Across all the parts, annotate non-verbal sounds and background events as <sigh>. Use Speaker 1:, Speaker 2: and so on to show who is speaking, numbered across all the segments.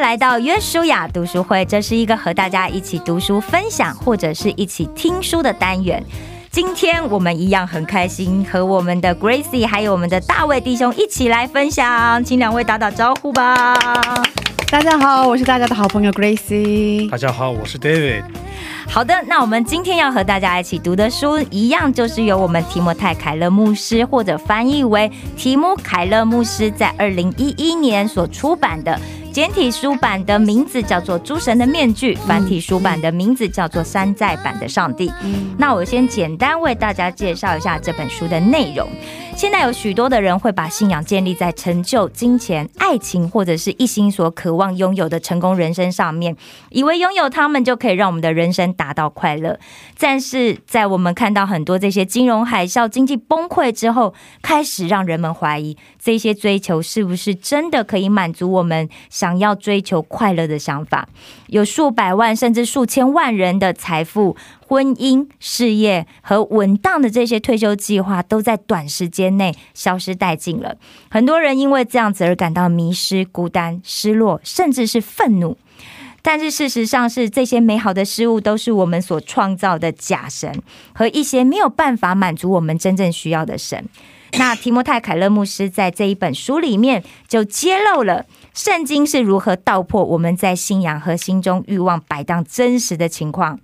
Speaker 1: 来到约书亚读书会，这是一个和大家一起读书、分享或者是一起听书的单元。今天我们一样很开心，和我们的 Gracie 还有我们的大卫弟兄一起来分享，请两位打打招呼吧。
Speaker 2: 大家好，我是大家的好朋友
Speaker 1: 嗯
Speaker 2: Gracie
Speaker 3: 大。家好，我是 David。
Speaker 1: 好的，那我们今天要和大家一起读的书，一样就是由我们提摩太·凯勒牧师，或者翻译为提姆·凯勒牧师，在二零一一年所出版的。简体书版的名字叫做《诸神的面具》，繁体书版的名字叫做《山寨版的上帝》。
Speaker 2: 嗯
Speaker 1: 那我先简单为大家介绍一下这本书的内容。现在有许多的人会把信仰建立在成就、金钱、爱情或者是一心所渴望拥有的成功人生上面，以为拥有它们就可以让我们的人生达到快乐。但是在我们看到很多这些金融海啸、经济崩溃之后，开始让人们怀疑这些追求是不是真的可以满足我们想要追求快乐的想法。有数百万甚至数千万人的财富、婚姻、事业和稳当的这些退休计划，都在短时间内消失殆尽了。很多人因为这样子而感到迷失、孤单、失落，甚至是愤怒。但是事实上是，这些美好的事物都是我们所创造的假神和一些没有办法满足我们真正需要的神。那提摩太·凯勒牧师在这一本书里面就揭露了圣经是如何道破我们在信仰和心中欲望摆荡真实的情况。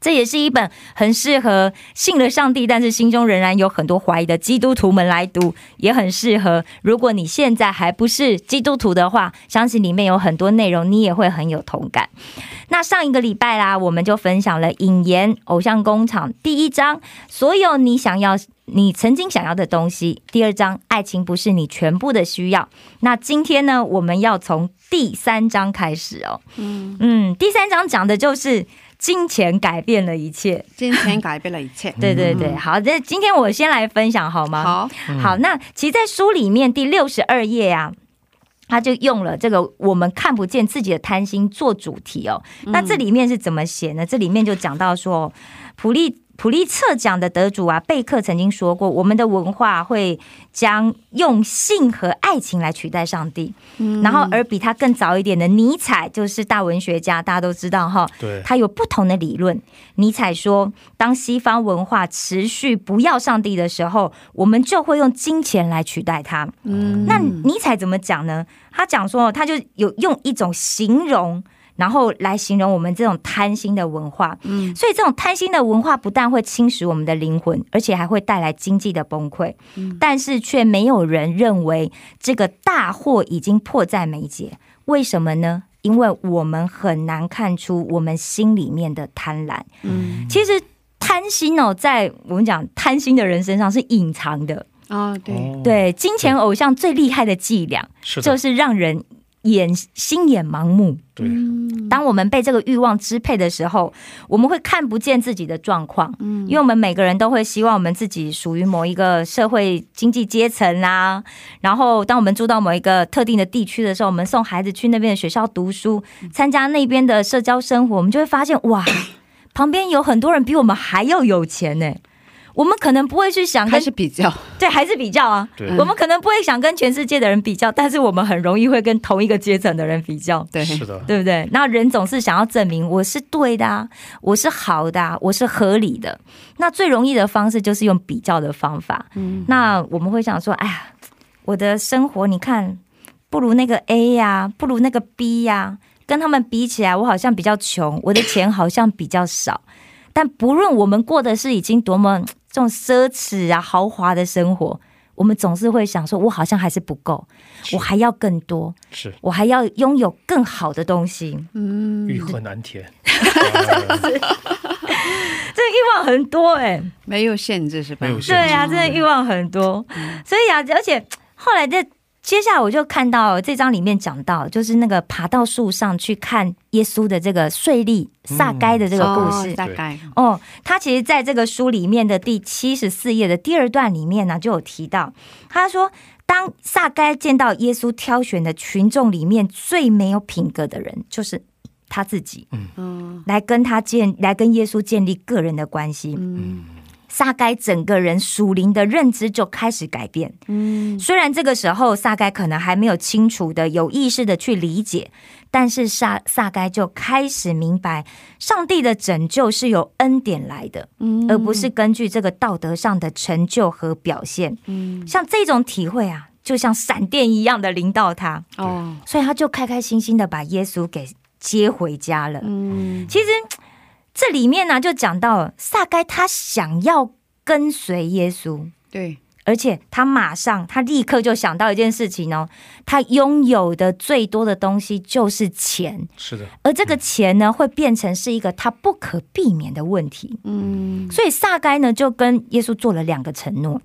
Speaker 1: 这也是一本很适合信了上帝，但是心中仍然有很多怀疑的基督徒们来读，也很适合。如果你现在还不是基督徒的话，相信里面有很多内容，你也会很有同感。那上一个礼拜啦，我们就分享了《引言偶像工厂》第一章，所有你想要、你曾经想要的东西；第二章，爱情不是你全部的需要。那今天呢，我们要从第三章开始哦。嗯嗯，第三章讲的就是金钱改变了一切。
Speaker 2: 金钱改变了一切。
Speaker 1: 对对对，好，这今天我先来分享好吗？
Speaker 2: 好，
Speaker 1: 好，
Speaker 3: 嗯
Speaker 1: 那其实，在书里面第六十二页啊，他就用了这个我们看不见自己的贪心做主题哦。
Speaker 2: 嗯
Speaker 1: 那这里面是怎么写呢？这里面就讲到说，普利普利策奖的得主啊，贝克曾经说过，我们的文化会将用性和爱情来取代上帝。
Speaker 2: 嗯
Speaker 1: 然后，而比他更早一点的尼采，就是大文学家，大家都知道哈、
Speaker 3: 对，
Speaker 1: 他有不同的理论。尼采说，当西方文化持续不要上帝的时候，我们就会用金钱来取代它。
Speaker 2: 嗯
Speaker 1: 那尼采怎么讲呢？他讲说，他就有用一种形容。然后来形容我们这种贪心的文化，嗯，所以这种贪心的文化不但会侵蚀我们的灵魂，而且还会带来经济的崩溃。
Speaker 2: 嗯
Speaker 1: 但是却没有人认为这个大祸已经迫在眉睫，为什么呢？因为我们很难看出我们心里面的贪婪。
Speaker 2: 嗯
Speaker 1: 其实贪心哦，在我们讲贪心的人身上是隐藏的。
Speaker 2: 啊，对，
Speaker 3: 哦，
Speaker 1: 对，金钱偶像最厉害的伎俩
Speaker 3: 是
Speaker 1: 就
Speaker 3: 的，嗯
Speaker 1: 是让人眼心眼盲目。
Speaker 3: 对，
Speaker 1: 当我们被这个欲望支配的时候，我们会看不见自己的状况，
Speaker 2: 嗯
Speaker 1: 因为我们每个人都会希望我们自己属于某一个社会经济阶层啦、然后，当我们住到某一个特定的地区的时候，我们送孩子去那边的学校读书，
Speaker 3: 嗯
Speaker 1: 参加那边的社交生活，我们就会发现，哇，旁边有很多人比我们还要有钱呢、我们可能不会去想
Speaker 2: 还
Speaker 1: 跟
Speaker 2: 是比较
Speaker 1: 对还是比较啊，
Speaker 3: 对，
Speaker 1: 我们可能不会想跟全世界的人比较，但是我们很容易会跟同一个阶层的人比较。
Speaker 2: 对，
Speaker 3: 是的，
Speaker 1: 对不对？那人总是想要证明我是对的、啊，我是好的、啊，我是合理的。那最容易的方式就是用比较的方法。
Speaker 2: 嗯
Speaker 1: 那我们会想说，哎呀，我的生活你看不如那个 A 呀、不如那个 B 呀、跟他们比起来，我好像比较穷，我的钱好像比较少。但不论我们过的是已经多么这种奢侈啊、豪华的生活，我们总是会想说，我好像还是不够，
Speaker 3: 是
Speaker 1: 我还要更多。
Speaker 3: 是
Speaker 1: 我还要拥有更好的东西，
Speaker 2: 嗯，
Speaker 3: 欲壑
Speaker 1: <laughs>
Speaker 3: 难填。呃
Speaker 1: 这欲望很多哎、
Speaker 2: 没有限制是吧？嗯
Speaker 3: 没有限制
Speaker 1: 对啊，真的欲望很多，所以啊，而且后来这接下来我就看到这章里面讲到，就是那个爬到树上去看耶稣的这个税吏撒该的这个故事。
Speaker 2: 哦大概
Speaker 1: 哦，他其实在这个书里面的第七十四页的第二段里面呢，就有提到，他说，当撒该见到耶稣挑选的群众里面最没有品格的人，就是他自己，
Speaker 2: 嗯
Speaker 1: 来跟他建，来跟耶稣建立个人的关系。
Speaker 3: 嗯，
Speaker 1: 萨该整个人属灵的认知就开始改变。
Speaker 2: 嗯，
Speaker 1: 虽然这个时候萨该可能还没有清楚的、有意识的去理解，但是萨萨该就开始明白，上帝的拯救是由恩典来的，而不是根据这个道德上的成就和表现。
Speaker 2: 嗯
Speaker 1: 像这种体会啊，就像闪电一样的临到他，
Speaker 2: 哦，
Speaker 1: 所以他就开开心心的把耶稣给接回家了。
Speaker 2: 嗯
Speaker 1: 其实这里面呢、就讲到了萨该他想要跟随耶稣，
Speaker 2: 对，
Speaker 1: 而且他马上，他立刻就想到一件事情哦，他拥有的最多的东西就是钱，
Speaker 3: 是的，
Speaker 1: 而这个钱呢，会变成是一个他不可避免的问题。
Speaker 2: 嗯
Speaker 1: 所以撒该呢，就跟耶稣做了两个承诺。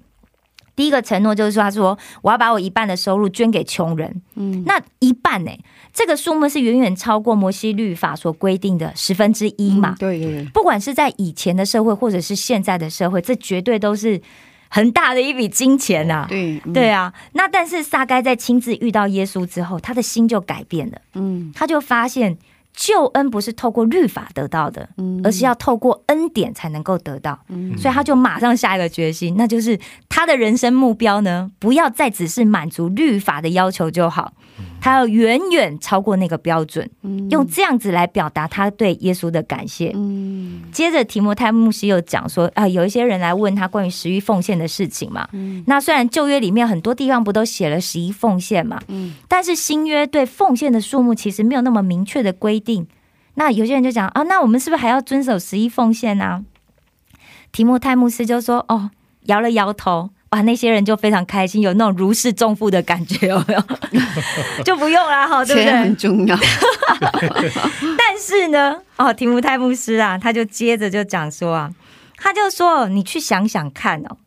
Speaker 1: 第一个承诺就是说，他说我要把我一半的收入捐给穷人，
Speaker 2: 嗯
Speaker 1: 那一半呢，这个数目是远远超过摩西律法所规定的十分之一嘛。
Speaker 2: 嗯对对对，
Speaker 1: 不管是在以前的社会，或者是现在的社会，这绝对都是很大的一笔金钱呐、
Speaker 2: 对嗯
Speaker 1: 对，啊，那但是撒该在亲自遇到耶稣之后，他的心就改变了，
Speaker 2: 嗯
Speaker 1: 他就发现救恩不是透过律法得到的，
Speaker 2: 嗯
Speaker 1: 而是要透过恩典才能够得到。
Speaker 2: 嗯
Speaker 1: 所以他就马上下一个决心，那就是他的人生目标呢，不要再只是满足律法的要求就好，他要远远超过那个标准，用这样子来表达他对耶稣的感谢。
Speaker 2: 嗯
Speaker 1: 接着提摩太牧师又讲说啊、有一些人来问他关于十一奉献的事情嘛。
Speaker 2: 嗯
Speaker 1: 那虽然旧约里面很多地方不都写了十一奉献嘛，
Speaker 2: 嗯
Speaker 1: 但是新约对奉献的数目其实没有那么明确的规定。那有些人就讲啊，那我们是不是还要遵守十一奉献啊？提摩太牧师就说哦，摇了摇头。哇，那些人就非常开心，有那种如释重负的感觉，有没 <laughs> 有？就不用啦，哈，对不对？
Speaker 2: 钱很重要，
Speaker 1: 但是呢，哦，提姆泰牧师啊，他就接着就讲说啊，他就说你去想想看哦，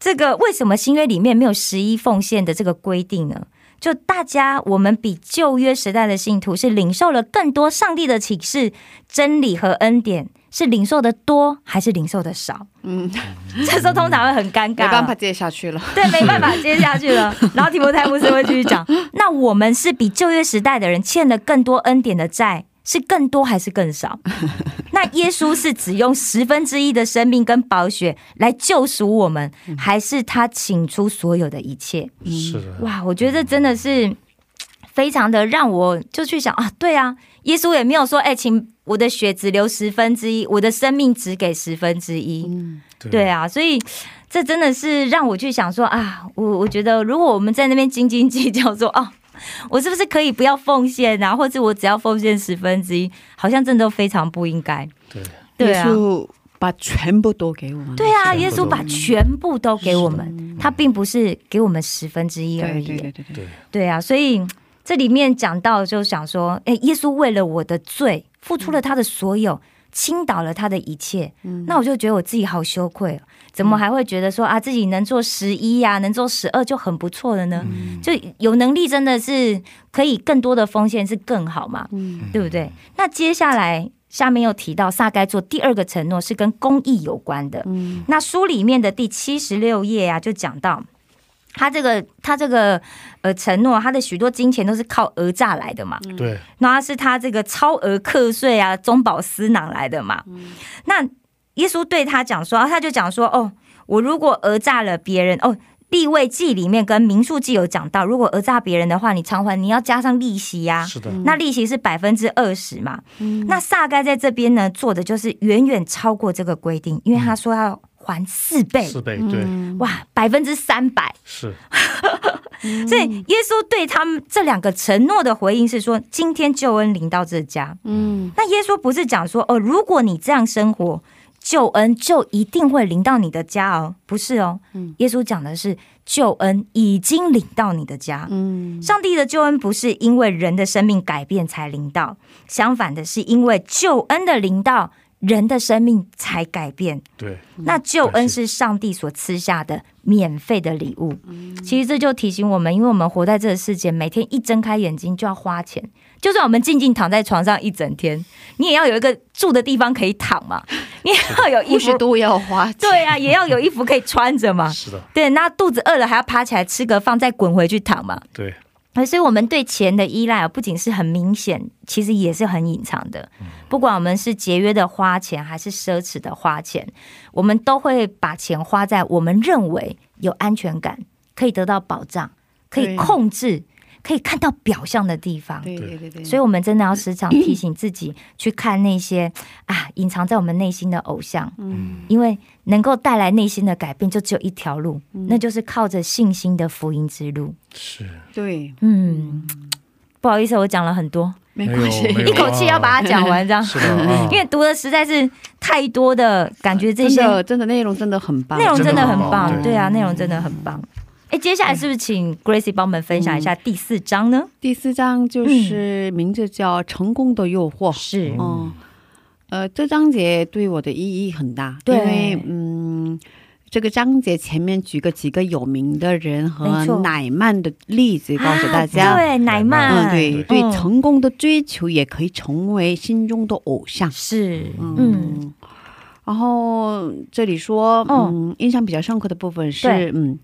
Speaker 1: 这个为什么新约里面没有十一奉献的这个规定呢？就大家，我们比旧约时代的信徒是领受了更多上帝的启示、真理和恩典，是领受的多还是领受的少？
Speaker 2: 嗯，没
Speaker 1: <laughs> 这时候通常会很尴尬，啊
Speaker 2: 办法接下去了，
Speaker 1: 对，没办法接下去了。然后提摩太牧师会继续讲，那我们是比旧约时代的人欠了更多恩典的债，是更多还是更少？那耶稣是只用十分之一的生命跟宝血来救赎我们，还是他请出所有的一切？
Speaker 3: 是的，
Speaker 1: 嗯哇，我觉得真的是非常的让我就去想啊，对啊，耶稣也没有说，哎、请我的血只留十分之一，我的生命只给十分之一。
Speaker 2: 嗯
Speaker 1: 对，啊，所以这真的是让我去想说啊，我我觉得如果我们在那边斤斤计较说哦，我是不是可以不要奉献啊，或者我只要奉献十分之一，好像真的都非常不应该。
Speaker 3: 对，
Speaker 1: 对
Speaker 2: 耶
Speaker 1: 啊，
Speaker 2: 稣把全部都给我们，
Speaker 1: 对啊，
Speaker 3: 全部
Speaker 1: 耶稣把
Speaker 3: 都
Speaker 1: 全部都给我们，他并不是给我们十分之一而
Speaker 2: 对
Speaker 1: 已。
Speaker 2: 对对对对，
Speaker 3: 对，
Speaker 1: 对啊，所以这里面讲到就想说，哎，耶稣为了我的罪付出了他的所有，倾倒了他的一切，那我就觉得我自己好羞愧、哦，怎么还会觉得说啊自己能做十一呀，能做十二就很不错了呢？就有能力真的是可以更多的风险是更好嘛，
Speaker 2: 嗯
Speaker 1: 对不对？那接下来下面又提到撒该做第二个承诺是跟公益有关的，
Speaker 2: 嗯
Speaker 1: 那书里面的第七十六页啊，就讲到他这个他这个呃承诺，他的许多金钱都是靠讹诈来的嘛，
Speaker 3: 对，
Speaker 1: 那是他这个超额课税啊、中饱私囊来的嘛。那耶稣对他讲说，啊他就讲说，哦，我如果讹诈了别人，哦。立位记里面跟民数记有讲到，如果讹诈别人的话，你偿还你要加上利息呀、
Speaker 3: 是的，
Speaker 1: 那利息是百分之二十嘛。那萨该在这边呢做的就是远远超过这个规定，因为他说要还四倍，
Speaker 3: 四倍，对，
Speaker 1: 哇，百分之三百。
Speaker 3: 是，
Speaker 2: 嗯
Speaker 1: 所以耶稣对他们这两个承诺的回应是说，今天救恩临到这家。
Speaker 2: 嗯
Speaker 1: 那耶稣不是讲说，哦，如果你这样生活，救恩就一定会临到你的家哦，不是哦。
Speaker 2: 嗯
Speaker 1: 耶稣讲的是救恩已经临到你的家。
Speaker 2: 嗯
Speaker 1: 上帝的救恩不是因为人的生命改变才临到，相反的是因为救恩的临到，人的生命才改变。
Speaker 3: 对，
Speaker 1: 那救恩是上帝所赐下的免费的礼物。其实这就提醒我们，因为我们活在这个世界，每天一睁开眼睛就要花钱。就算我们静静躺在床上一整天，你也要有一个住的地方可以躺嘛，你也要有衣
Speaker 2: 护士
Speaker 1: 服，
Speaker 2: 都要花钱，
Speaker 1: 对啊，也要有衣服可以穿着嘛。
Speaker 3: 是的，
Speaker 1: 对，那肚子饿了还要爬起来吃个饭，再滚回去躺嘛。
Speaker 3: 对，
Speaker 1: 呃所以，我们对钱的依赖啊，不仅是很明显，其实也是很隐藏的。不管我们是节约的花钱，还是奢侈的花钱，我们都会把钱花在我们认为有安全感、可以得到保障、可以
Speaker 2: 对
Speaker 1: 控制、可以看到表象的地方。
Speaker 2: 啊对
Speaker 3: 对
Speaker 2: 对对对，
Speaker 1: 所以，我们真的要时常提醒自己去看那些啊隐藏在我们内心的偶像，
Speaker 2: 嗯
Speaker 1: 因为能够带来内心的改变，就只有一条路，
Speaker 2: 嗯
Speaker 1: 那就是靠着信心的福音之路。
Speaker 3: 是
Speaker 2: 对，
Speaker 1: 嗯，不好意思，我讲了很多，
Speaker 2: 没啊关系，
Speaker 1: <laughs>
Speaker 3: 没有没
Speaker 1: 一
Speaker 3: 有
Speaker 1: 口气要把它讲完，
Speaker 2: <laughs>
Speaker 1: 这样，
Speaker 3: 是的啊，
Speaker 1: <laughs> 因为读的实在是太多的感觉，这
Speaker 2: 真
Speaker 1: 些
Speaker 2: 的真的内容真的很棒，
Speaker 1: 内容真的很棒，
Speaker 3: 真的很棒
Speaker 1: 对啊，内容真的很棒。哎，接下来是不是请 Gracie 帮我们分享一
Speaker 2: 嗯
Speaker 1: 下第四章呢？
Speaker 2: 第四章就是名字叫《成功的诱惑》。
Speaker 1: 是
Speaker 2: 哦，呃，这章节对我的意义很大，
Speaker 1: 对
Speaker 2: 因为嗯，这个章节前面举个几个有名的人
Speaker 1: 没
Speaker 2: 和
Speaker 1: 错
Speaker 2: 乃曼的例子，告诉大
Speaker 1: 啊
Speaker 2: 家。
Speaker 1: 对奶
Speaker 2: 嗯，
Speaker 1: 曼，
Speaker 2: 对
Speaker 3: 对
Speaker 2: 对
Speaker 1: 嗯，
Speaker 2: 成功的追求也可以成为心中的偶像。
Speaker 1: 是，嗯，
Speaker 2: 嗯，然后这里说，
Speaker 1: 嗯
Speaker 2: 嗯，印象比较深刻的部分
Speaker 1: 对
Speaker 2: 是，嗯，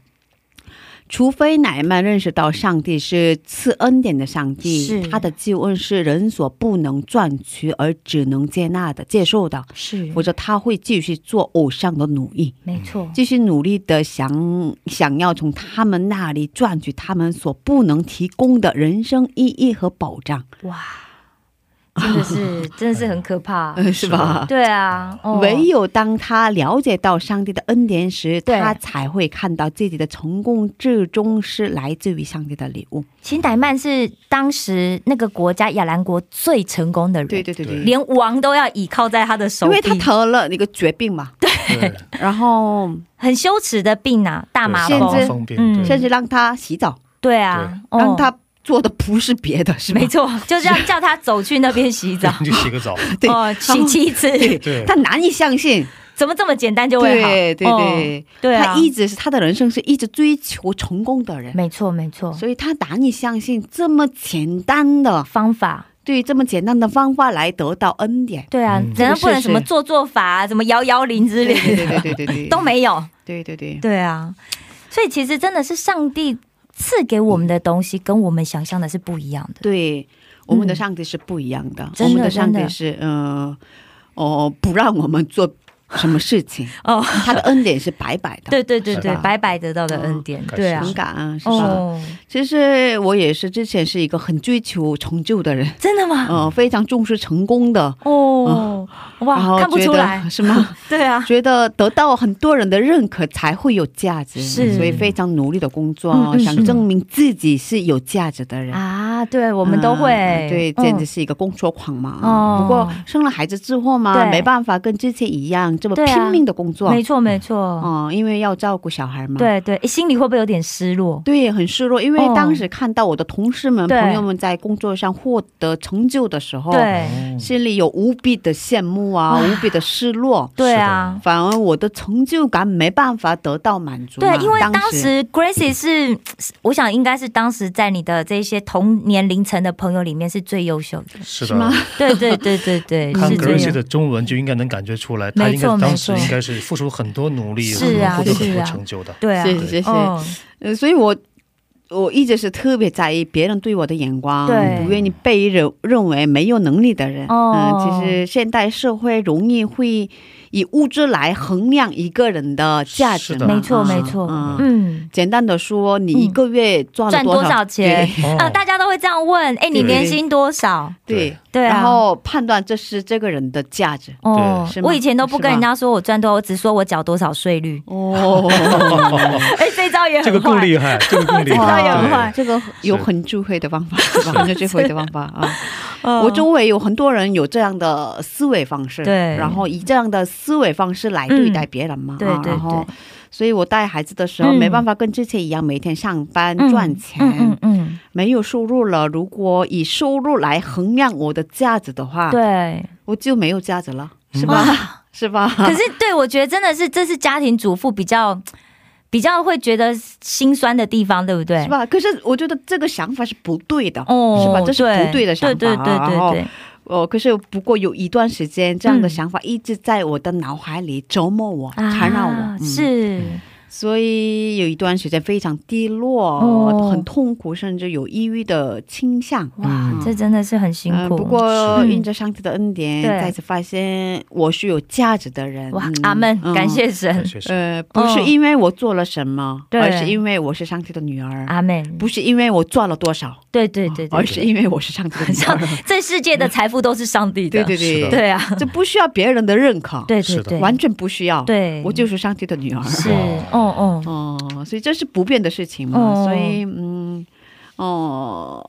Speaker 2: 除非乃曼认识到上帝是赐恩典的上帝
Speaker 1: 是，
Speaker 2: 他的救恩是人所不能赚取而只能接纳的、接受的，
Speaker 1: 是
Speaker 2: 否，则他会继续做偶像的努力，
Speaker 1: 没错，
Speaker 2: 继续努力的想想要从他们那里赚取他们所不能提供的人生意义和保障，
Speaker 1: 哇，真的
Speaker 2: <laughs>
Speaker 1: 是，真的是很可怕，
Speaker 2: 呃是吧？
Speaker 1: 对啊，哦
Speaker 2: 唯有当他了解到上帝的恩典时，
Speaker 1: 对
Speaker 2: 他才会看到自己的成功最终是来自于上帝的礼物。
Speaker 1: 其实乃曼是当时那个国家亚兰国最成功的人，
Speaker 2: 对对
Speaker 3: 对
Speaker 1: 连王都要倚靠在他的手
Speaker 2: 嗯因
Speaker 1: 臂，
Speaker 2: 为他得了那个绝病嘛，
Speaker 1: <laughs>
Speaker 3: 对，
Speaker 2: 然后
Speaker 1: 很羞耻的病啊，大麻
Speaker 2: 对
Speaker 1: 风
Speaker 2: 甚，至
Speaker 3: 方便，
Speaker 1: 嗯
Speaker 3: 对，
Speaker 2: 甚至让他洗澡，
Speaker 1: 对啊，哦
Speaker 2: 让他做的不是别的，是吧
Speaker 1: <laughs> 没？错，就是要叫他走去那边洗澡
Speaker 3: 你就洗个
Speaker 1: <laughs>
Speaker 3: 澡，
Speaker 2: <laughs> 对 <laughs>
Speaker 1: 哦，洗七次，
Speaker 3: 对，
Speaker 2: 他难以相信，
Speaker 1: 怎么这么简单就会好？
Speaker 2: 对对对，
Speaker 1: 对啊
Speaker 2: 他，一直是他的人生是一直追求成功的人，
Speaker 1: 没错没错，
Speaker 2: 所以他难以相信这么简单的
Speaker 1: 方法。
Speaker 2: 对这么简单的方法来得到恩典，
Speaker 1: 对啊
Speaker 3: 嗯，
Speaker 1: 真的不能
Speaker 2: 是是
Speaker 1: 什么做做法、啊，什么摇摇铃之
Speaker 2: 对
Speaker 1: 类
Speaker 2: 对对
Speaker 1: 的
Speaker 2: 对对对，
Speaker 1: <laughs> 都没有。
Speaker 2: 对对对。
Speaker 1: 对啊，所以其实真的是上帝赐给我们的东西，跟我们想象的是不一样的。
Speaker 2: 对，我们的
Speaker 1: 嗯
Speaker 2: 上帝是不一样的，
Speaker 1: 真的
Speaker 2: 我们的上
Speaker 1: 真
Speaker 2: 帝
Speaker 1: 的
Speaker 2: 是呃，哦，不让我们做什么事情，
Speaker 1: <laughs> 哦，
Speaker 2: 他的恩典是白白的，
Speaker 1: 对对对对
Speaker 2: 是，吧
Speaker 1: 白白得到的恩典，
Speaker 3: 嗯
Speaker 1: 对啊
Speaker 2: 很，感恩，是吧？
Speaker 1: 哦，
Speaker 2: 其实我也是之前是一个很追求成就的人，
Speaker 1: 真的吗？
Speaker 2: 呃，非常重视成功的。
Speaker 1: 哦，
Speaker 2: 然
Speaker 1: 啊
Speaker 2: 后
Speaker 1: 哇，看不
Speaker 2: 觉
Speaker 1: 出
Speaker 2: 得
Speaker 1: 来，<laughs>
Speaker 2: 是吗？
Speaker 1: 对啊，
Speaker 2: 觉得得到很多人的认可才会有价值，
Speaker 1: 是
Speaker 2: 所以非常努力的工作，
Speaker 1: 嗯嗯
Speaker 2: 想
Speaker 1: 嗯
Speaker 2: 证明自己是有价值的人。
Speaker 1: 啊，对，我们都会，
Speaker 2: 嗯对，简直
Speaker 1: 嗯
Speaker 2: 是一个工作狂嘛。
Speaker 1: 哦
Speaker 2: 不过生了孩子之后嘛
Speaker 1: 对，
Speaker 2: 没办法跟之前一样这么
Speaker 1: 对啊
Speaker 2: 拼命的工作。
Speaker 1: 没错没错，
Speaker 2: 哦、因为要照顾小孩嘛。。
Speaker 1: 对对，诶心里会不会有点失落？
Speaker 2: 对，很失落，因为
Speaker 1: 哦
Speaker 2: 当时看到我的同事们、
Speaker 1: 对
Speaker 2: 朋友们在工作上获得成就的时候，
Speaker 1: 对
Speaker 3: 哦
Speaker 2: 心里有无比的羡慕啊，无比的失落。
Speaker 1: 对啊。
Speaker 2: 反而我的成就感没办法得到满足嘛。
Speaker 1: 对，因为当
Speaker 2: 当
Speaker 1: 时 Gracie 是， <clears throat> 我想应该是当时在你的这些同年龄层的朋友里面是最优秀的。
Speaker 3: 是
Speaker 2: 是吗
Speaker 3: 的。
Speaker 1: 对对对对对，
Speaker 3: <laughs> 看
Speaker 1: 是最
Speaker 3: Gracie
Speaker 1: 优
Speaker 3: 的中文就应该能感觉出来，
Speaker 1: 没
Speaker 3: 他
Speaker 1: 错
Speaker 3: 应该当时
Speaker 1: 没错
Speaker 3: 应该是付出很多努力，
Speaker 1: 是啊
Speaker 3: 获得很
Speaker 1: 是
Speaker 3: 多
Speaker 1: 啊
Speaker 3: 成就的。
Speaker 1: 对啊，
Speaker 2: 谢谢谢谢。
Speaker 1: 嗯，
Speaker 2: 呃，所以我我一直是特别在意别人对我的眼光，
Speaker 1: 对
Speaker 2: 不愿意被认认为没有能力的人。
Speaker 1: 哦
Speaker 2: 嗯，其实现代社会容易会以物质来衡量一个人的价值
Speaker 3: 是
Speaker 2: 嘛，
Speaker 3: 的
Speaker 1: 没错
Speaker 2: 啊
Speaker 1: 没错，
Speaker 2: 嗯。
Speaker 1: 嗯。
Speaker 2: 简单的说，你一个月赚了
Speaker 1: 赚
Speaker 2: 多
Speaker 1: 多
Speaker 2: 少,、
Speaker 1: 少钱？
Speaker 3: 哦
Speaker 1: 啊，大家都会这样问。哎，你
Speaker 2: 对
Speaker 1: 年薪多少？
Speaker 2: 对？对，
Speaker 1: 对啊。
Speaker 2: 然后判断这是这个人的价值。
Speaker 1: 哦
Speaker 3: 对
Speaker 2: 是，吗
Speaker 1: 我以前都不跟人家说我赚多少，我只说我缴多少税
Speaker 2: <laughs>
Speaker 1: 率。
Speaker 2: 哦，
Speaker 1: 哎，这招也
Speaker 3: <laughs> 这个
Speaker 1: 很
Speaker 3: 更
Speaker 1: 坏。
Speaker 3: 厉害，这个更
Speaker 1: <laughs>
Speaker 3: 厉
Speaker 1: 这
Speaker 3: 害，
Speaker 1: 个也很
Speaker 3: 对
Speaker 1: 坏
Speaker 2: 这个有很智慧的方法，是
Speaker 1: <laughs>
Speaker 2: 吧？很有智慧的方法啊。
Speaker 1: 嗯
Speaker 2: 我周围有很多人有这样的思维方式，
Speaker 1: 对
Speaker 2: 然后以这样的思维方式来对待别人嘛，
Speaker 1: 嗯对
Speaker 2: 啊
Speaker 1: 对
Speaker 2: 然后，所以我带孩子的时候、
Speaker 1: 嗯
Speaker 2: 没办法跟之前一样每天上班
Speaker 1: 嗯
Speaker 2: 赚钱、
Speaker 1: 嗯嗯嗯，
Speaker 2: 没有收入了。如果以收入来衡量我的价值的话，
Speaker 1: 对。
Speaker 2: 我就没有价值了，是吧？
Speaker 1: <laughs> 哇，
Speaker 2: 是吧？
Speaker 1: 可是对我觉得真的是，这是家庭主妇比较比较会觉得心酸的地方，对不对？
Speaker 2: 是吧？可是我觉得这个想法是不对的。
Speaker 1: 哦，
Speaker 2: 是吧这是不对的想法
Speaker 1: 对对对
Speaker 2: 然
Speaker 1: 对
Speaker 2: 后
Speaker 1: 对，
Speaker 2: 哦，可是不过有一段时间，这样
Speaker 1: 嗯
Speaker 2: 的想法一直在我的脑海里折磨我、
Speaker 1: 啊
Speaker 2: 缠绕我。嗯
Speaker 1: 是。
Speaker 2: 所以有一段时间非常低落，
Speaker 1: 哦
Speaker 2: 很痛苦，甚至有抑郁的倾向。
Speaker 1: 哇，这真的是很辛
Speaker 2: 嗯，
Speaker 1: 苦。
Speaker 2: 不过
Speaker 1: 是
Speaker 2: 因着上帝的恩典，
Speaker 1: 对
Speaker 2: 再次发现我是有价值的人。
Speaker 1: 哇
Speaker 2: 嗯，
Speaker 1: 阿门，感。
Speaker 2: 嗯
Speaker 1: 谢神
Speaker 3: 感，谢神，
Speaker 2: 呃，不是因为我做了什么，
Speaker 1: 对
Speaker 2: 而是因为我是上帝的女儿。
Speaker 1: 阿门。
Speaker 2: 不是因为我赚了多少，
Speaker 1: 对对对对
Speaker 2: 而是因为我是上帝的女
Speaker 1: <laughs> 上
Speaker 2: 儿。
Speaker 1: 这世界的财富都是上帝的。
Speaker 2: 对对
Speaker 3: 是
Speaker 2: 对
Speaker 3: 的
Speaker 1: 对啊，
Speaker 2: 这不需要别人的认可，
Speaker 1: 对
Speaker 3: 是
Speaker 1: 对
Speaker 3: 的
Speaker 1: 对，
Speaker 2: 完全不需要。，
Speaker 1: 对，
Speaker 2: 我就是上帝的女儿。
Speaker 1: 是，哦哦，
Speaker 2: 哦，所以这是不变的事情嘛。
Speaker 1: 哦
Speaker 2: 所以，嗯，哦，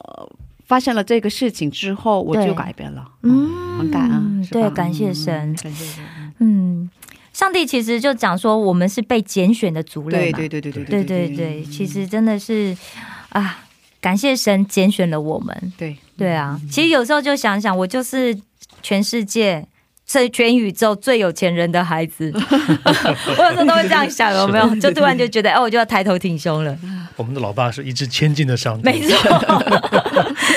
Speaker 2: 发生了这个事情之后，我
Speaker 1: 对
Speaker 2: 就改变了。
Speaker 1: 嗯，
Speaker 2: 很感恩，是吧
Speaker 1: 对，感谢神
Speaker 2: 嗯，感谢神。
Speaker 1: 嗯，上帝其实就讲说我们是被拣选的族类
Speaker 2: 对
Speaker 1: 嘛，
Speaker 2: 对对对对
Speaker 1: 对对
Speaker 2: 对嗯
Speaker 1: 对，其实真的是啊，感谢神拣选了我们。
Speaker 2: 对
Speaker 1: 对
Speaker 2: 嗯
Speaker 1: 啊，其实有时候就想想，我就是全世界。这全宇宙最有钱人的孩
Speaker 2: <laughs>
Speaker 1: 子，我有时候都会这样想，有没有？就突然就觉得，哦，我就要抬头挺胸
Speaker 2: <laughs>
Speaker 1: 了。
Speaker 3: 我们的老爸是一只千金的上
Speaker 1: 没
Speaker 3: 帝，
Speaker 1: 错，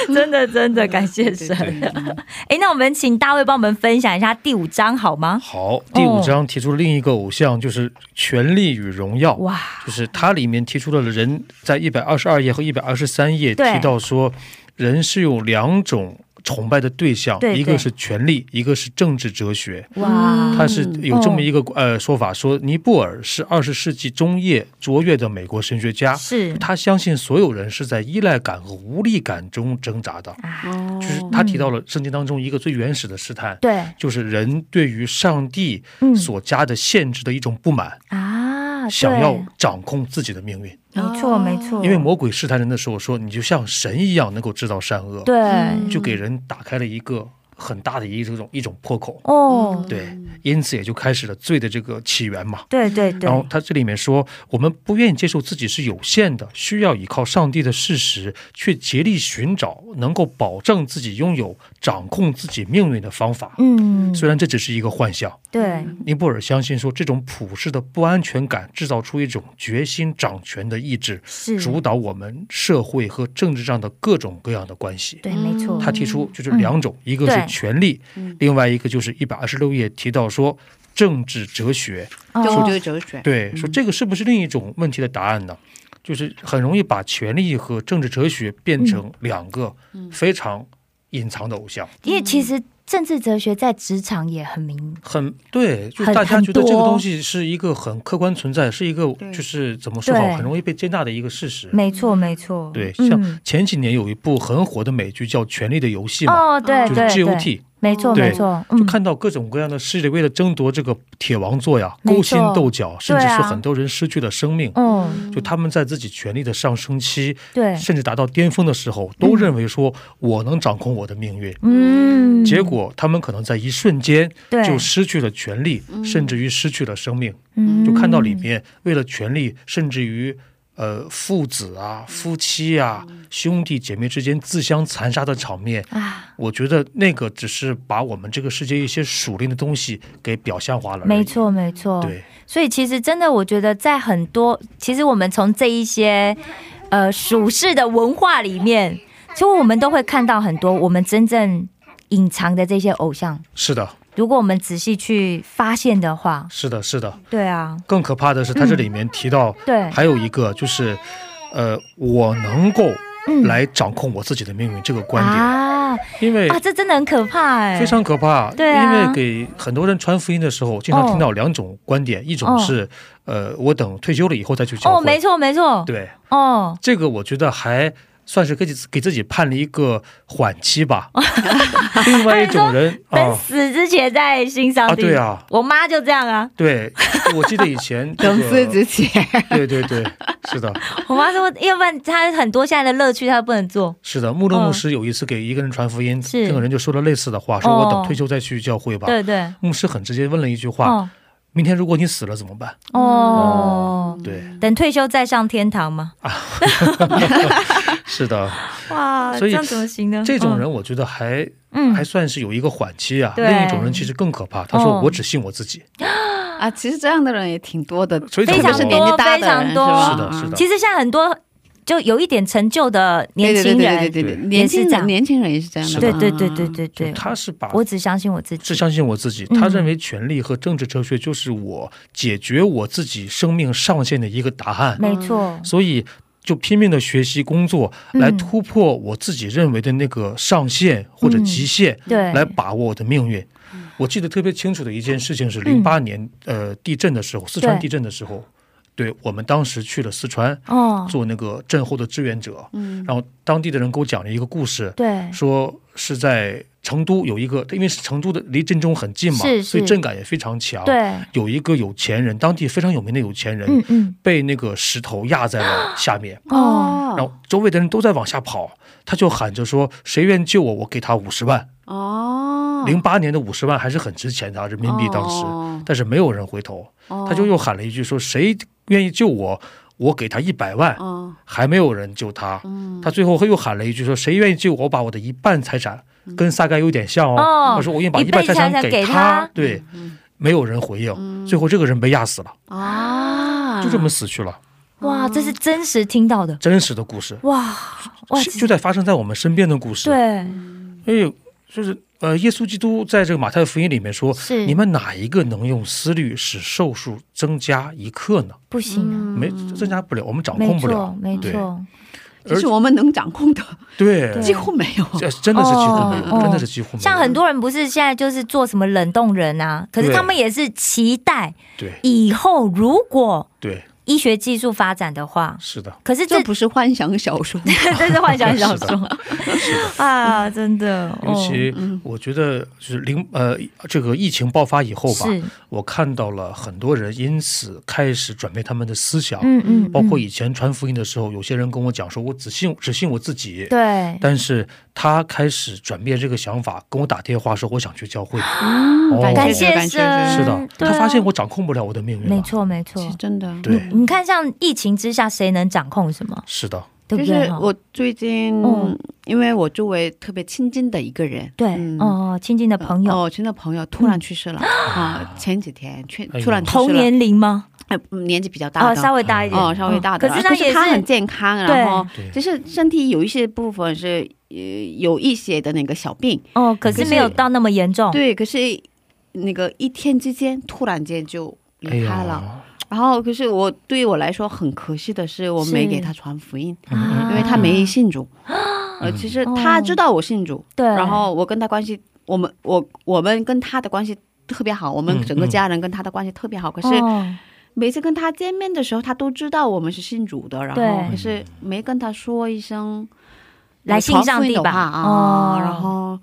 Speaker 1: 真的真的，感谢神。
Speaker 2: 对对嗯对
Speaker 1: 哎，那我们请大卫帮我们分享一下第五章好吗？
Speaker 3: 好，第五章提出另一个偶像就是权力与荣耀，
Speaker 1: 哇，
Speaker 3: 就是它里面提出了人在一百二十二页和一百二十三页
Speaker 1: 对
Speaker 3: 提到说，人是有两种崇拜的对象，
Speaker 1: 对嗯
Speaker 3: 一
Speaker 1: 对
Speaker 3: 个是权力，一个是政治哲学。
Speaker 1: 哇，
Speaker 3: 它是有这么一个、
Speaker 1: 嗯
Speaker 3: 呃说法，说尼布尔是二十世纪中叶卓越的美国神学家，
Speaker 1: 是
Speaker 3: 啊他相信所有人是在依赖感和无力感中挣扎的，
Speaker 1: 啊，
Speaker 2: 哦
Speaker 3: 就是他提到了圣经当中一个最原始的试探，
Speaker 1: 对，
Speaker 3: 就是人对于上帝
Speaker 1: 嗯
Speaker 3: 所加的限制的一种不满，
Speaker 1: 啊，对
Speaker 3: 想要掌控自己的命运。
Speaker 1: 没错
Speaker 2: 哦
Speaker 1: 没错，
Speaker 3: 因为魔鬼试探人的时候说，你就像神一样能够制造善恶，
Speaker 1: 对
Speaker 2: 嗯
Speaker 3: 就给人打开了一个很大的一种一种破口，
Speaker 1: 哦，
Speaker 3: 对，因此也就开始了罪的这个起源嘛。
Speaker 1: 对对对
Speaker 3: 然，后他这里面说，我们不愿意接受自己是有限的，需要依靠上帝的事实，却竭力寻找能够保证自己拥有掌控自己命运的方法。
Speaker 1: 嗯，
Speaker 3: 虽然这只是一个幻想，
Speaker 1: 对
Speaker 2: 嗯
Speaker 3: 尼泊尔相信说，这种普世的不安全感制造出一种决心掌权的意志，
Speaker 1: 是
Speaker 3: 主导我们社会和政治上的各种各样的关系。
Speaker 1: 对没错，
Speaker 3: 他提出就是两种，一个
Speaker 1: 嗯对
Speaker 3: 是权力
Speaker 2: 嗯，
Speaker 3: 另外一个就是一百二十六页提到说政治哲学。
Speaker 1: 哦
Speaker 2: 就我觉得哲学，
Speaker 3: 对，说
Speaker 2: 嗯
Speaker 3: 这个是不是另一种问题的答案呢？就是很容易把权力和政治哲学
Speaker 1: 嗯
Speaker 3: 变成两个非常隐藏的偶像，
Speaker 1: 因为其实政治哲学在职场也很明，
Speaker 3: 很对，就是
Speaker 1: 很
Speaker 3: 大家
Speaker 1: 很
Speaker 3: 觉得这个
Speaker 1: 多
Speaker 3: 东西是一个很客观存在，是一个
Speaker 2: 对
Speaker 3: 就是怎么说好，
Speaker 1: 对
Speaker 3: 很容易被接纳的一个事实。
Speaker 1: 没错没错，
Speaker 3: 对，
Speaker 1: 嗯
Speaker 3: 像前几年有一部很火的美剧叫《权力的游戏》嘛，
Speaker 1: 哦对
Speaker 3: 就是
Speaker 1: 对对，
Speaker 3: GOT，
Speaker 1: 没错
Speaker 3: 对
Speaker 1: 没错，
Speaker 3: 就
Speaker 1: 嗯
Speaker 3: 看到各种各样的势力为了争夺这个铁王座呀，
Speaker 1: 没错
Speaker 3: 勾心斗角，甚至
Speaker 1: 对
Speaker 3: 是
Speaker 1: 啊
Speaker 3: 很多人失去了生命。
Speaker 1: 嗯
Speaker 3: 就他们在自己权力的上升期，
Speaker 1: 对
Speaker 3: 甚至达到巅峰的时候，都认为说我能掌控我的命运。
Speaker 1: 嗯，
Speaker 3: 结果他们可能在一瞬间
Speaker 1: 对
Speaker 3: 就失去了权利，甚至于失去了生命。
Speaker 1: 嗯
Speaker 3: 就看到里面为了权利，甚至于呃父子啊、夫妻啊、
Speaker 1: 嗯
Speaker 3: 兄弟姐妹之间自相残杀的场面。
Speaker 1: 啊，
Speaker 3: 我觉得那个只是把我们这个世界一些属灵的东西给表象化了而已。
Speaker 1: 没错没错，
Speaker 3: 对，
Speaker 1: 所以其实真的，我觉得在很多，其实我们从这一些呃属世的文化里面，其实我们都会看到很多我们真正隐藏的这些偶像。
Speaker 3: 是的，
Speaker 1: 如果我们仔细去发现的话，
Speaker 3: 是的，是的。
Speaker 1: 对啊，
Speaker 3: 更可怕的是，它这里面提到
Speaker 1: 对，
Speaker 3: 还有一个就是，呃，我能够
Speaker 1: 嗯
Speaker 3: 来掌控我自己的命运这个观点，
Speaker 1: 啊
Speaker 3: 因为
Speaker 1: 啊，这真的很可怕哎、
Speaker 3: 非常可怕。
Speaker 1: 对啊
Speaker 3: 因为给很多人传福音的时候，经常听到两种观点，一种是、呃，我等退休了以后再去教
Speaker 1: 哦，
Speaker 3: 会。
Speaker 1: 没错没错，
Speaker 3: 对，
Speaker 1: 哦，
Speaker 3: 这个我觉得还。算是给自给自己判了一个缓期吧。
Speaker 1: <laughs>
Speaker 3: 另外一种人
Speaker 1: 等
Speaker 3: 啊
Speaker 1: 哎死之前再欣赏
Speaker 3: 啊，
Speaker 1: 帝、
Speaker 3: 对啊，
Speaker 1: 我妈就这样啊，
Speaker 3: 对，我记得以前这
Speaker 2: 等
Speaker 3: 个
Speaker 2: 死之前，
Speaker 3: <laughs> 对对对，是的，
Speaker 1: 我妈说，要不然她很多现在的乐趣她都不能做，
Speaker 3: 是的。穆勒
Speaker 1: 嗯
Speaker 3: 牧师有一次给一个人传福音，
Speaker 1: 是
Speaker 3: 这个人就说了类似的话，说
Speaker 1: 哦
Speaker 3: 我等退休再去教会吧。
Speaker 1: 对对，
Speaker 3: 牧师很直接问了一句话：
Speaker 1: 哦
Speaker 3: 明天如果你死了怎么办？
Speaker 1: 哦，
Speaker 3: 对，
Speaker 1: 等退休再上天堂吗？
Speaker 3: 是的，
Speaker 1: 哇，
Speaker 3: 所以
Speaker 1: 这样怎么行呢？
Speaker 3: 这种人我觉得还
Speaker 1: 嗯，
Speaker 3: 还
Speaker 1: 嗯，
Speaker 3: 算是有一个缓期啊。
Speaker 1: 对
Speaker 3: 另一种人其实更可怕，他
Speaker 1: 哦
Speaker 3: 说我只信我自己，
Speaker 2: <laughs> 啊，其实这样的人也挺多的，
Speaker 3: 所以
Speaker 1: 非常
Speaker 2: 特别
Speaker 3: 特别
Speaker 2: 是
Speaker 3: 是
Speaker 2: 年纪大的人，
Speaker 1: 多非常多
Speaker 2: 吧
Speaker 3: 的，是的。
Speaker 1: 其实现在很多就有一点成就的年轻
Speaker 2: 对
Speaker 1: 人，
Speaker 2: 对对对对对，
Speaker 1: 也
Speaker 2: 年
Speaker 1: 是
Speaker 2: 轻
Speaker 1: 这样
Speaker 2: 人年轻人也是这样的
Speaker 1: 对
Speaker 2: 嘛，
Speaker 1: 对对对对嗯
Speaker 3: 就
Speaker 1: 对，
Speaker 3: 他是把
Speaker 1: 我只相信我自己
Speaker 3: 只。相信我自己，
Speaker 1: 嗯
Speaker 3: 他认为权力和政治哲学就是我解决我自己生命上限的一个答案，
Speaker 1: 没错，
Speaker 3: 所以就拼命的学习工作来
Speaker 1: 嗯
Speaker 3: 突破我自己认为的那个上限或者极限，
Speaker 1: 对，嗯
Speaker 3: 来把握我的命运。我记得特别清楚的一件事情是零八年、呃地震的时候，四川
Speaker 1: 对
Speaker 3: 地震的时候，对我们当时去了四川
Speaker 1: 哦，
Speaker 3: 做那个震后的志愿者，
Speaker 2: 嗯
Speaker 3: 然后当地的人给我讲了一个故事，
Speaker 1: 对，
Speaker 3: 说是在成都有一个，因为是成都的离震中很近嘛，
Speaker 1: 是是
Speaker 3: 所以震感也非常强。，
Speaker 1: 对，
Speaker 3: 有一个有钱人，当地非常有名的有钱人，
Speaker 1: 嗯嗯，
Speaker 3: 被那个石头压在了下面，
Speaker 1: 哦
Speaker 3: 然后周围的人都在往下跑，他就喊着说：“谁愿救我，我给他五十万。”
Speaker 2: 哦，
Speaker 3: 零八年的五十万还是很值钱的啊人民币当时，
Speaker 2: 哦
Speaker 3: 但是没有人回头，
Speaker 1: 哦
Speaker 3: 他就又喊了一句说：“谁愿意救我，我给他一百万。”
Speaker 2: 哦
Speaker 3: 还没有人救他，
Speaker 1: 嗯
Speaker 3: 他最后又喊了一句说：“谁愿意救我，我把我的一半财产，跟撒该有点像哦。
Speaker 1: 嗯哦
Speaker 3: 他说：“我愿意把
Speaker 1: 一
Speaker 3: 一半
Speaker 1: 倍财
Speaker 3: 产
Speaker 1: 产给
Speaker 3: 给
Speaker 1: 他嗯
Speaker 3: 对，没有人回应，最后这个人被压死了，
Speaker 2: 啊，
Speaker 3: 就这么死去了。
Speaker 1: 哇，这是真实听到的，
Speaker 3: 真实的故事，
Speaker 1: 哇哇，
Speaker 3: 是就在发生在我们身边的故事。
Speaker 1: 对，
Speaker 3: 哎，就是呃，耶稣基督在这个马太福音里面说。
Speaker 1: 是
Speaker 3: 你们哪一个能用思虑使寿数增加一克呢？
Speaker 1: 不行啊，
Speaker 3: 没增加不了，我们掌控
Speaker 1: 没
Speaker 3: 不
Speaker 1: 错
Speaker 3: 了。
Speaker 1: 没
Speaker 3: 对
Speaker 1: 错，
Speaker 2: 其实我们能掌控的
Speaker 3: 对，
Speaker 1: 对
Speaker 2: 几乎没有。
Speaker 3: 这真的是几乎没
Speaker 1: 哦
Speaker 3: 有，真的是几乎没有。
Speaker 1: 像很多人不是现在就是做什么冷冻人啊，可是
Speaker 3: 对
Speaker 1: 他们也是期待
Speaker 3: 对
Speaker 1: 以后如果
Speaker 3: 对，
Speaker 1: 医学技术发展的话，
Speaker 3: 是的。
Speaker 1: 可是这
Speaker 2: 这不是幻想小说，
Speaker 1: <laughs> 这是幻想小
Speaker 3: 是
Speaker 1: 说 <laughs> 啊，真的，
Speaker 3: 尤
Speaker 1: 哦
Speaker 3: 其我觉得就是零呃这个疫情爆发以后吧，
Speaker 1: 是，
Speaker 3: 我看到了很多人因此开始转变他们的思想，
Speaker 1: 嗯嗯，
Speaker 3: 包括
Speaker 1: 嗯
Speaker 3: 以前传福音的时候，有些人跟我讲说，我只信只信我自己。
Speaker 1: 对，
Speaker 3: 但是他开始转变这个想法，跟我打电话说我想去教会。哦
Speaker 2: 感
Speaker 1: 啊感
Speaker 2: 谢
Speaker 1: 谢
Speaker 2: 感
Speaker 1: 神，
Speaker 2: 谢神
Speaker 3: 是的，
Speaker 1: 对
Speaker 3: 他
Speaker 1: 啊
Speaker 3: 发现我掌控不了我的命运了。
Speaker 1: 没，错嗯没错
Speaker 2: 其实，真的。
Speaker 3: 对，
Speaker 1: 你看像疫情之下，谁能掌控什么？
Speaker 3: 是的，
Speaker 1: 对不
Speaker 2: 就
Speaker 1: 对
Speaker 2: 是
Speaker 1: 哈？
Speaker 2: 我最近
Speaker 1: 嗯，
Speaker 2: 因为我周围特别亲近的一个人，
Speaker 1: 对
Speaker 2: 嗯，
Speaker 1: 哦，亲近的朋友，
Speaker 2: 哦，亲的朋友突然去世了啊！前几天去
Speaker 3: 哎呦
Speaker 2: 突然去世了
Speaker 1: 同年龄吗？
Speaker 2: 哎嗯年纪比较大
Speaker 1: 哦，
Speaker 2: 的，
Speaker 1: 稍微大一点，
Speaker 2: 哦稍微大的，
Speaker 1: 可是他也
Speaker 2: 他很
Speaker 1: 是
Speaker 2: 健康，
Speaker 1: 对
Speaker 2: 然后
Speaker 3: 嗯对
Speaker 2: 只是身体有一些部分是呃有一些的那个小病，
Speaker 1: 哦，可是没有到那么严重，
Speaker 2: 对，可是那个一天之间突然间就
Speaker 3: 哎
Speaker 2: 离开了，
Speaker 3: 呀，
Speaker 2: 然后可是我对于我来说很可惜的是，我没
Speaker 1: 是
Speaker 2: 给他传福音，
Speaker 1: 啊哦
Speaker 2: 因为他没信主，呃，其实他知道我信主，
Speaker 1: 对，
Speaker 2: 然后我跟他关系，我们我我们跟他的关系特别好，我
Speaker 3: 嗯
Speaker 2: 们整个家人跟他的关系特别好。可是
Speaker 1: 哦
Speaker 2: 每次跟他见面的时候，他都知道我们是信主的，然
Speaker 1: 对
Speaker 2: 后可是没跟他说一声
Speaker 1: 来信上帝吧
Speaker 2: 传福音的话啊
Speaker 1: 哦，
Speaker 2: 然后。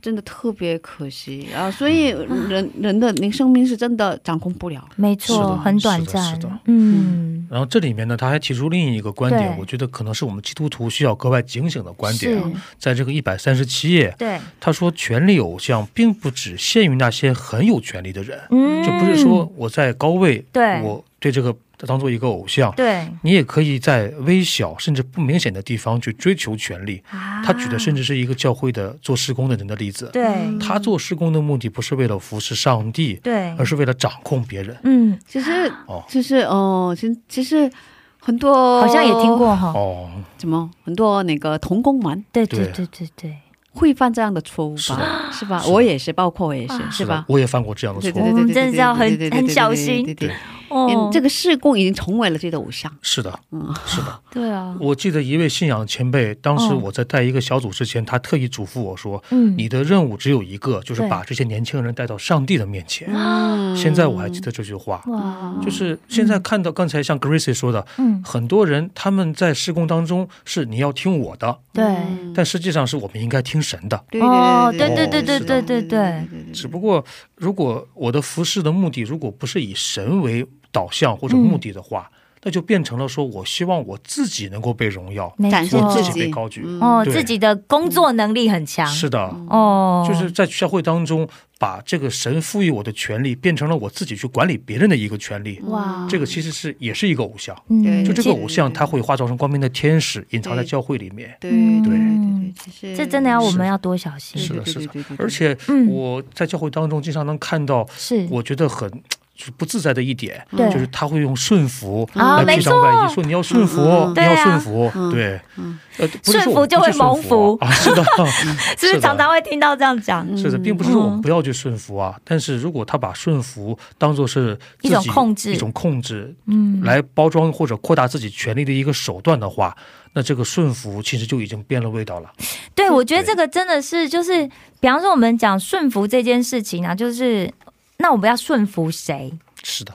Speaker 2: 真的特别可惜啊！所以人人的那个生命是真的掌控不了。
Speaker 1: 没
Speaker 3: 是
Speaker 1: 错，
Speaker 3: 的
Speaker 1: 很短
Speaker 3: 是
Speaker 1: 暂
Speaker 3: 的是的，
Speaker 1: 嗯，
Speaker 3: 然后这里面呢，他还提出另一个观点，
Speaker 1: 对
Speaker 3: 我觉得可能是我们基督徒需要格外警醒的观点啊
Speaker 1: 是。
Speaker 3: 在这个一百三十七页，
Speaker 1: 对，
Speaker 3: 他说权力偶像并不只限于那些很有权力的人，
Speaker 1: 嗯，
Speaker 3: 就不是说我在高位，
Speaker 1: 对
Speaker 3: 我对这个当做一个偶像。
Speaker 1: 对
Speaker 3: 你也可以在微小甚至不明显的地方去追求权力。
Speaker 1: 啊，
Speaker 3: 他举的甚至是一个教会的做施工的人的例子。
Speaker 1: 对
Speaker 3: 他做施工的目的不是为了服侍上帝，
Speaker 1: 对
Speaker 3: 嗯而，是为了掌控别人。
Speaker 1: 嗯，
Speaker 2: 其实
Speaker 3: 哦，
Speaker 2: 其实哦，其其实很多
Speaker 1: 好像也听过哈，
Speaker 3: 哦，
Speaker 2: 怎么很多那个童工们
Speaker 1: 对对对
Speaker 3: 对
Speaker 1: 对对，
Speaker 2: 会犯这样的错误
Speaker 3: 是
Speaker 2: 吧？
Speaker 3: 的
Speaker 2: 是吧？
Speaker 3: 是的
Speaker 2: 我也是，包括我也是，
Speaker 3: 是
Speaker 2: 是
Speaker 3: 的
Speaker 2: 吧，？
Speaker 3: 我也犯过这样的
Speaker 2: 对
Speaker 3: 错
Speaker 2: 对对
Speaker 3: 误。
Speaker 1: 我
Speaker 2: 对
Speaker 1: 们
Speaker 2: 对，
Speaker 1: 真的是要很很小心
Speaker 2: 对对对对对对对
Speaker 1: 哦
Speaker 2: 嗯，这个事工已经成为了自己的偶像。
Speaker 3: 是的，
Speaker 2: 嗯，
Speaker 3: 是的。
Speaker 1: <laughs> 对啊，
Speaker 3: 我记得一位信仰前辈，当时
Speaker 1: 嗯
Speaker 3: 我在带一个小组之前，他特意嘱咐我说：“
Speaker 1: 嗯，
Speaker 3: 你的任务只有一个，就是
Speaker 1: 对
Speaker 3: 把这些年轻人带到上帝的面前。
Speaker 2: 嗯”
Speaker 3: 现在我还记得这句话，
Speaker 1: 哇，
Speaker 3: 就是现在看到刚才像 Gracie 说的，
Speaker 1: 嗯，
Speaker 3: 很多人他们在施工当中是你要听我的，
Speaker 1: 对，
Speaker 2: 嗯
Speaker 3: 但实际上是我们应该听神的。
Speaker 2: 对
Speaker 1: 哦
Speaker 2: 对
Speaker 3: 对对对
Speaker 2: 是
Speaker 1: 对
Speaker 2: 的
Speaker 1: 对对对
Speaker 3: 只不过，如果我的服侍的目的如果不是以神为导向或者目的的话，那就变成了说我希望我自己能够被荣耀，
Speaker 1: 没
Speaker 2: 展现
Speaker 1: 错
Speaker 3: 我自
Speaker 2: 自
Speaker 3: 己
Speaker 2: 己嗯
Speaker 3: 被高举。
Speaker 1: 哦，
Speaker 3: 对
Speaker 1: 自己的工作能力很强，
Speaker 3: 是的，
Speaker 1: 哦，
Speaker 3: 就是在教会当中，把这个神赋予我的权利变成了我自己去管理别人的一个权利。
Speaker 1: 哇，
Speaker 3: 这个其实是也是一个偶像，
Speaker 1: 嗯
Speaker 2: 对
Speaker 3: 就这
Speaker 1: 其
Speaker 3: 个
Speaker 1: 实
Speaker 3: 偶像他会化造成光明的天使，隐藏在
Speaker 2: 对
Speaker 3: 教会里面。
Speaker 2: 对
Speaker 1: 嗯
Speaker 2: 对对
Speaker 1: 嗯
Speaker 2: 对，其实
Speaker 1: 这真的要我
Speaker 3: 是
Speaker 1: 们要多小心，
Speaker 3: 是的
Speaker 2: 对对
Speaker 3: 是的
Speaker 2: 对对对对
Speaker 3: 而且
Speaker 1: 嗯
Speaker 3: 我在教会当中经常能看到，
Speaker 1: 是
Speaker 3: 我觉得很就是不自在的一点，
Speaker 1: 对
Speaker 3: 就是他会用顺服
Speaker 1: 啊
Speaker 3: 来
Speaker 1: 没
Speaker 3: 披上
Speaker 1: 错
Speaker 3: 外衣，说你要顺服，
Speaker 2: 嗯嗯
Speaker 3: 你
Speaker 1: 对
Speaker 3: 要
Speaker 1: 啊
Speaker 3: 顺服，
Speaker 2: 嗯
Speaker 3: 对，
Speaker 2: 嗯
Speaker 3: 呃，不是
Speaker 1: 顺
Speaker 3: 说
Speaker 1: 服
Speaker 3: 我们
Speaker 1: 就
Speaker 3: 不
Speaker 1: 会
Speaker 3: 去顺
Speaker 1: 蒙
Speaker 3: 服啊，是的，
Speaker 1: <laughs> 是不
Speaker 3: 是
Speaker 1: 是
Speaker 3: 的
Speaker 1: 常常会听到这样讲？
Speaker 3: 是的，并不是说我
Speaker 1: 嗯
Speaker 3: 们不要去顺服啊，但是如果他把顺服当做是自己
Speaker 1: 一种控制
Speaker 3: 一种控制
Speaker 1: 嗯，
Speaker 3: 来包装或者扩大自己权力的一个手段的话，那这个顺服其实就已经变了味道了。
Speaker 1: 对，我觉得这个真的是就是，比方说我们讲顺服这件事情啊，就是那我们要顺服谁？
Speaker 3: 是的，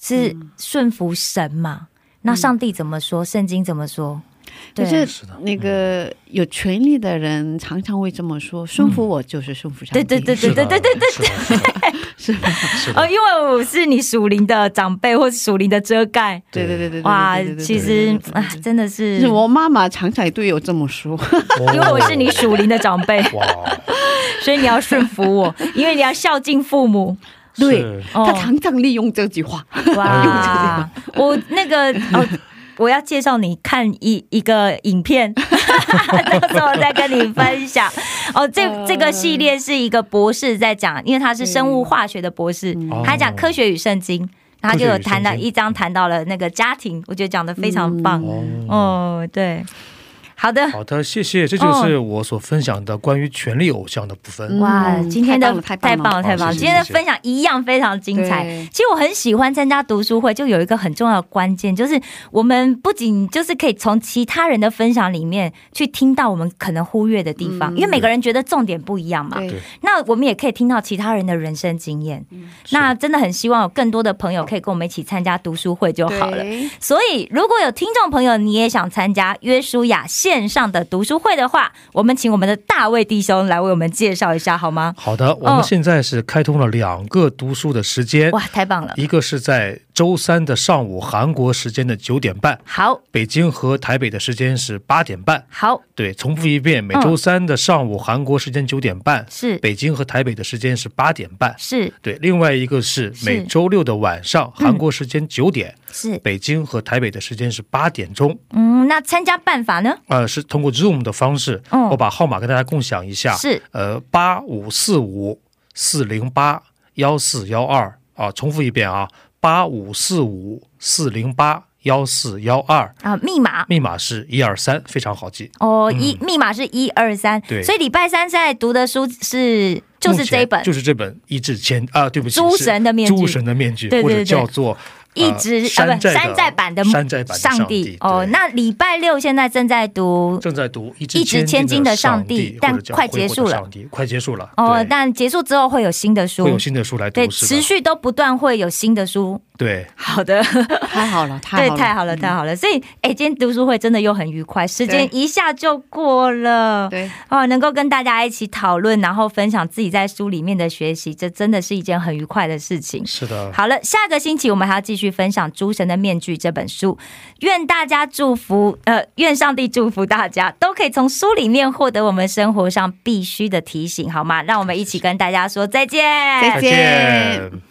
Speaker 1: 是
Speaker 2: 嗯
Speaker 1: 顺服神嘛？那上帝怎么说？圣经怎么说？
Speaker 2: 可
Speaker 1: 对，
Speaker 2: 是
Speaker 3: 是的，
Speaker 2: 那个有权利的人常常会这么说：“顺服我就是顺服上帝。
Speaker 1: 对对对
Speaker 3: 是的
Speaker 1: 对对
Speaker 3: 对对，
Speaker 2: 是吧
Speaker 3: 是
Speaker 1: 哦，
Speaker 3: 的，
Speaker 1: 因为我是你属灵的长辈或是属灵的遮盖。
Speaker 2: 对对对对对
Speaker 1: 哇
Speaker 2: 对对，对
Speaker 1: 其
Speaker 2: 对
Speaker 1: 实
Speaker 2: 对对对
Speaker 1: 啊，真的是，
Speaker 2: 是我妈妈常常对我这么说。
Speaker 1: 因为我是你属灵的长辈，
Speaker 3: 哦哇，
Speaker 1: 所以你要顺服我，因为你要孝敬父母。
Speaker 2: 对
Speaker 3: 是
Speaker 1: 哦
Speaker 2: 她常常利用这句话。
Speaker 3: <laughs>
Speaker 1: 哇， <laughs> 我那个哦。我要介绍你看一一个影
Speaker 3: <laughs>
Speaker 1: 片，到时候再跟你分享。哦，这
Speaker 2: 呃
Speaker 1: 这个系列是一个博士在讲，因为他是生物化学的博士，
Speaker 3: 哦
Speaker 1: 他讲科学与圣经，然后他就有谈到
Speaker 3: 科学与圣经
Speaker 1: 一章谈到了那个家庭，我觉得讲的非常棒。
Speaker 3: 哦。
Speaker 1: 哦，对，好的，
Speaker 3: 好的，谢谢，这就是我所分享的关于权力偶像的部分。
Speaker 2: 嗯
Speaker 1: 哇，今天的
Speaker 2: 太棒了太棒
Speaker 1: 了，
Speaker 2: 了
Speaker 1: 太棒了！
Speaker 3: 谢谢
Speaker 1: 今天的
Speaker 3: 谢谢
Speaker 1: 分享一样非常精彩
Speaker 2: 对。
Speaker 1: 其实我很喜欢参加读书会，就有一个很重要的关键，就是我们不仅就是可以从其他人的分享里面去听到我们可能忽略的地方，
Speaker 2: 嗯
Speaker 1: 因为每个人觉得重点不一样嘛。
Speaker 2: 对
Speaker 1: 那我们也可以听到其他人的人生经验。
Speaker 2: 嗯
Speaker 3: 是
Speaker 1: 那真的很希望有更多的朋友可以跟我们一起参加读书会就好了。
Speaker 2: 对
Speaker 1: 所以，如果有听众朋友你也想参加约书亚线上的读书会的话，我们请我们的大卫弟兄来为我们介绍一下好吗？
Speaker 3: 好的，
Speaker 1: 哦
Speaker 3: 我们现在是开通了两个读书的时间，
Speaker 1: 哇，太棒了！
Speaker 3: 一个是在周三的上午韩国时间的九点半，
Speaker 1: 好
Speaker 3: 北京和台北的时间是八点半。
Speaker 1: 好
Speaker 3: 对，重复一遍，每周三的上午韩国时间九点半，
Speaker 1: 是
Speaker 3: 北京和台北的时间是八点半。
Speaker 1: 是
Speaker 3: 对，另外一个是
Speaker 1: 是
Speaker 3: 每周六的晚上，韩国时间九点，
Speaker 1: 是，
Speaker 3: 北京和台北的时间是八点钟。
Speaker 1: 嗯，那参加办法呢？
Speaker 3: 呃，是通过 Zoom 的方式，
Speaker 1: 嗯
Speaker 3: 我把号码跟大家共享一下。
Speaker 1: 是
Speaker 3: 呃八五四五四零八幺四幺二啊，重复一遍啊，八五四五四零八幺四幺二，
Speaker 1: 啊，密码
Speaker 3: 密码是一二三，非常好记。
Speaker 1: 哦，一密码是一二三，
Speaker 3: 嗯对
Speaker 1: 所以礼拜三现在读的书是就是
Speaker 3: 目
Speaker 1: 这
Speaker 3: 前
Speaker 1: 一本
Speaker 3: 就是这本《一掷千》啊，对不起，
Speaker 1: 诸
Speaker 3: 是
Speaker 1: 神的面具
Speaker 3: 诸神的面具，
Speaker 1: 对对对
Speaker 3: 或者叫做呃
Speaker 1: 一直啊
Speaker 3: 山
Speaker 1: 不
Speaker 3: 寨
Speaker 1: 山寨版的
Speaker 3: 山寨版的
Speaker 1: 上帝
Speaker 3: 帝
Speaker 1: 哦
Speaker 3: 对。
Speaker 1: 那礼拜六现在正在读
Speaker 3: 正在读《一
Speaker 1: 一掷
Speaker 3: 掷
Speaker 1: 千金
Speaker 3: 金
Speaker 1: 的上
Speaker 3: 上
Speaker 1: 帝
Speaker 3: 或
Speaker 1: 但
Speaker 3: 者叫
Speaker 1: 快
Speaker 3: 挥霍
Speaker 1: 结
Speaker 3: 的
Speaker 1: 束了
Speaker 3: 上帝快结束了
Speaker 1: 哦，
Speaker 3: 对
Speaker 1: 但结束之后会有新的书
Speaker 3: 会有，新的书来
Speaker 1: 对，
Speaker 3: 读，是
Speaker 1: 持
Speaker 3: 的，
Speaker 1: 续都不断会有新的书。
Speaker 3: 对，
Speaker 1: 好
Speaker 3: <laughs>
Speaker 1: 的，
Speaker 2: 太好了，
Speaker 1: <laughs> 对，
Speaker 2: 太好了，
Speaker 1: 太好了，太好
Speaker 3: 嗯
Speaker 1: 了。所以，哎，今天读书会真的又很愉快，时间
Speaker 2: 对
Speaker 1: 一下就过了。
Speaker 2: 对，
Speaker 1: 哦，能够跟大家一起讨论，然后分享自己在书里面的学习，这真的是一件很愉快的事情。
Speaker 3: 是的，
Speaker 1: 好了，下个星期我们还要继续分享《诸神的面具》这本书。愿大家祝福，呃，愿上帝祝福大家，都可以从书里面获得我们生活上必须的提醒，好吗？让我们一起跟大家说再见，
Speaker 2: 再见
Speaker 3: 再见。